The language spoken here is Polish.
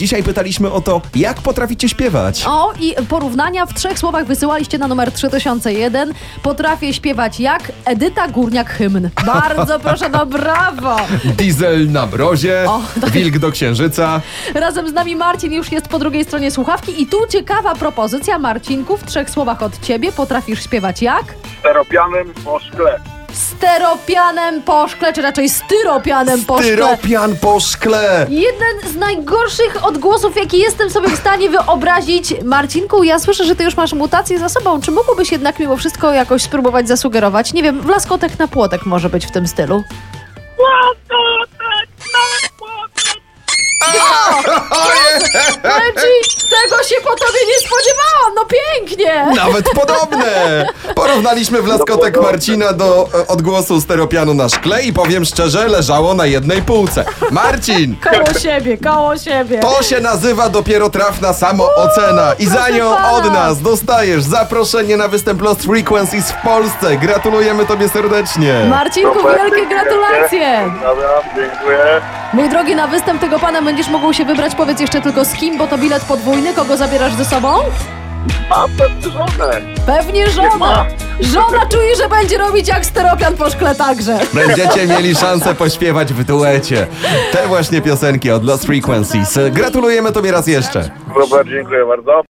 Dzisiaj pytaliśmy o to, jak potraficie śpiewać. O, i porównania w trzech słowach wysyłaliście na numer 3001. Potrafię śpiewać jak Edyta Górniak hymn. Bardzo proszę, no brawo! Diesel na mrozie, O, tak. wilk do księżyca. Razem z nami Marcin już jest po drugiej stronie słuchawki i tu ciekawa propozycja Marcinku w trzech słowach od ciebie. Potrafisz śpiewać jak? steropianem po szkle. Steropianem po szkle, czy raczej styropianem po szkle. Tyropian po szkle. Jeden z najgorszych odgłosów, jaki jestem sobie w stanie wyobrazić. Marcinku, ja słyszę, że ty już masz mutację za sobą. Czy mógłbyś jednak mimo wszystko jakoś spróbować zasugerować? Nie wiem, blaskotek na płotek może być w tym stylu. Leci, tego się po tobie nie spodziewałam, no pięknie! Nawet podobne! Porównaliśmy wlaskotek Marcina do e, odgłosu steropianu na szkle i powiem szczerze, leżało na jednej półce. Marcin, Koło siebie, koło siebie. to się nazywa dopiero trafna samoocena i za proszę nią pana. od nas dostajesz zaproszenie na występ Lost Frequencies w Polsce. Gratulujemy tobie serdecznie. Marcinku, wielkie gratulacje! Dobra, dziękuję. Mój drogi, na występ tego pana będziesz mógł się wybrać. Powiedz jeszcze tylko z kim, bo to bilet podwójny. Kogo zabierasz ze sobą? Mam pewnie żonę. Pewnie żona. ma. Żona czuje, że będzie robić jak steropian po szkle także. Będziecie mieli szansę pośpiewać w duecie. Te właśnie piosenki od Lost Frequencies. Gratulujemy Tobie raz jeszcze. Robert, dziękuję bardzo.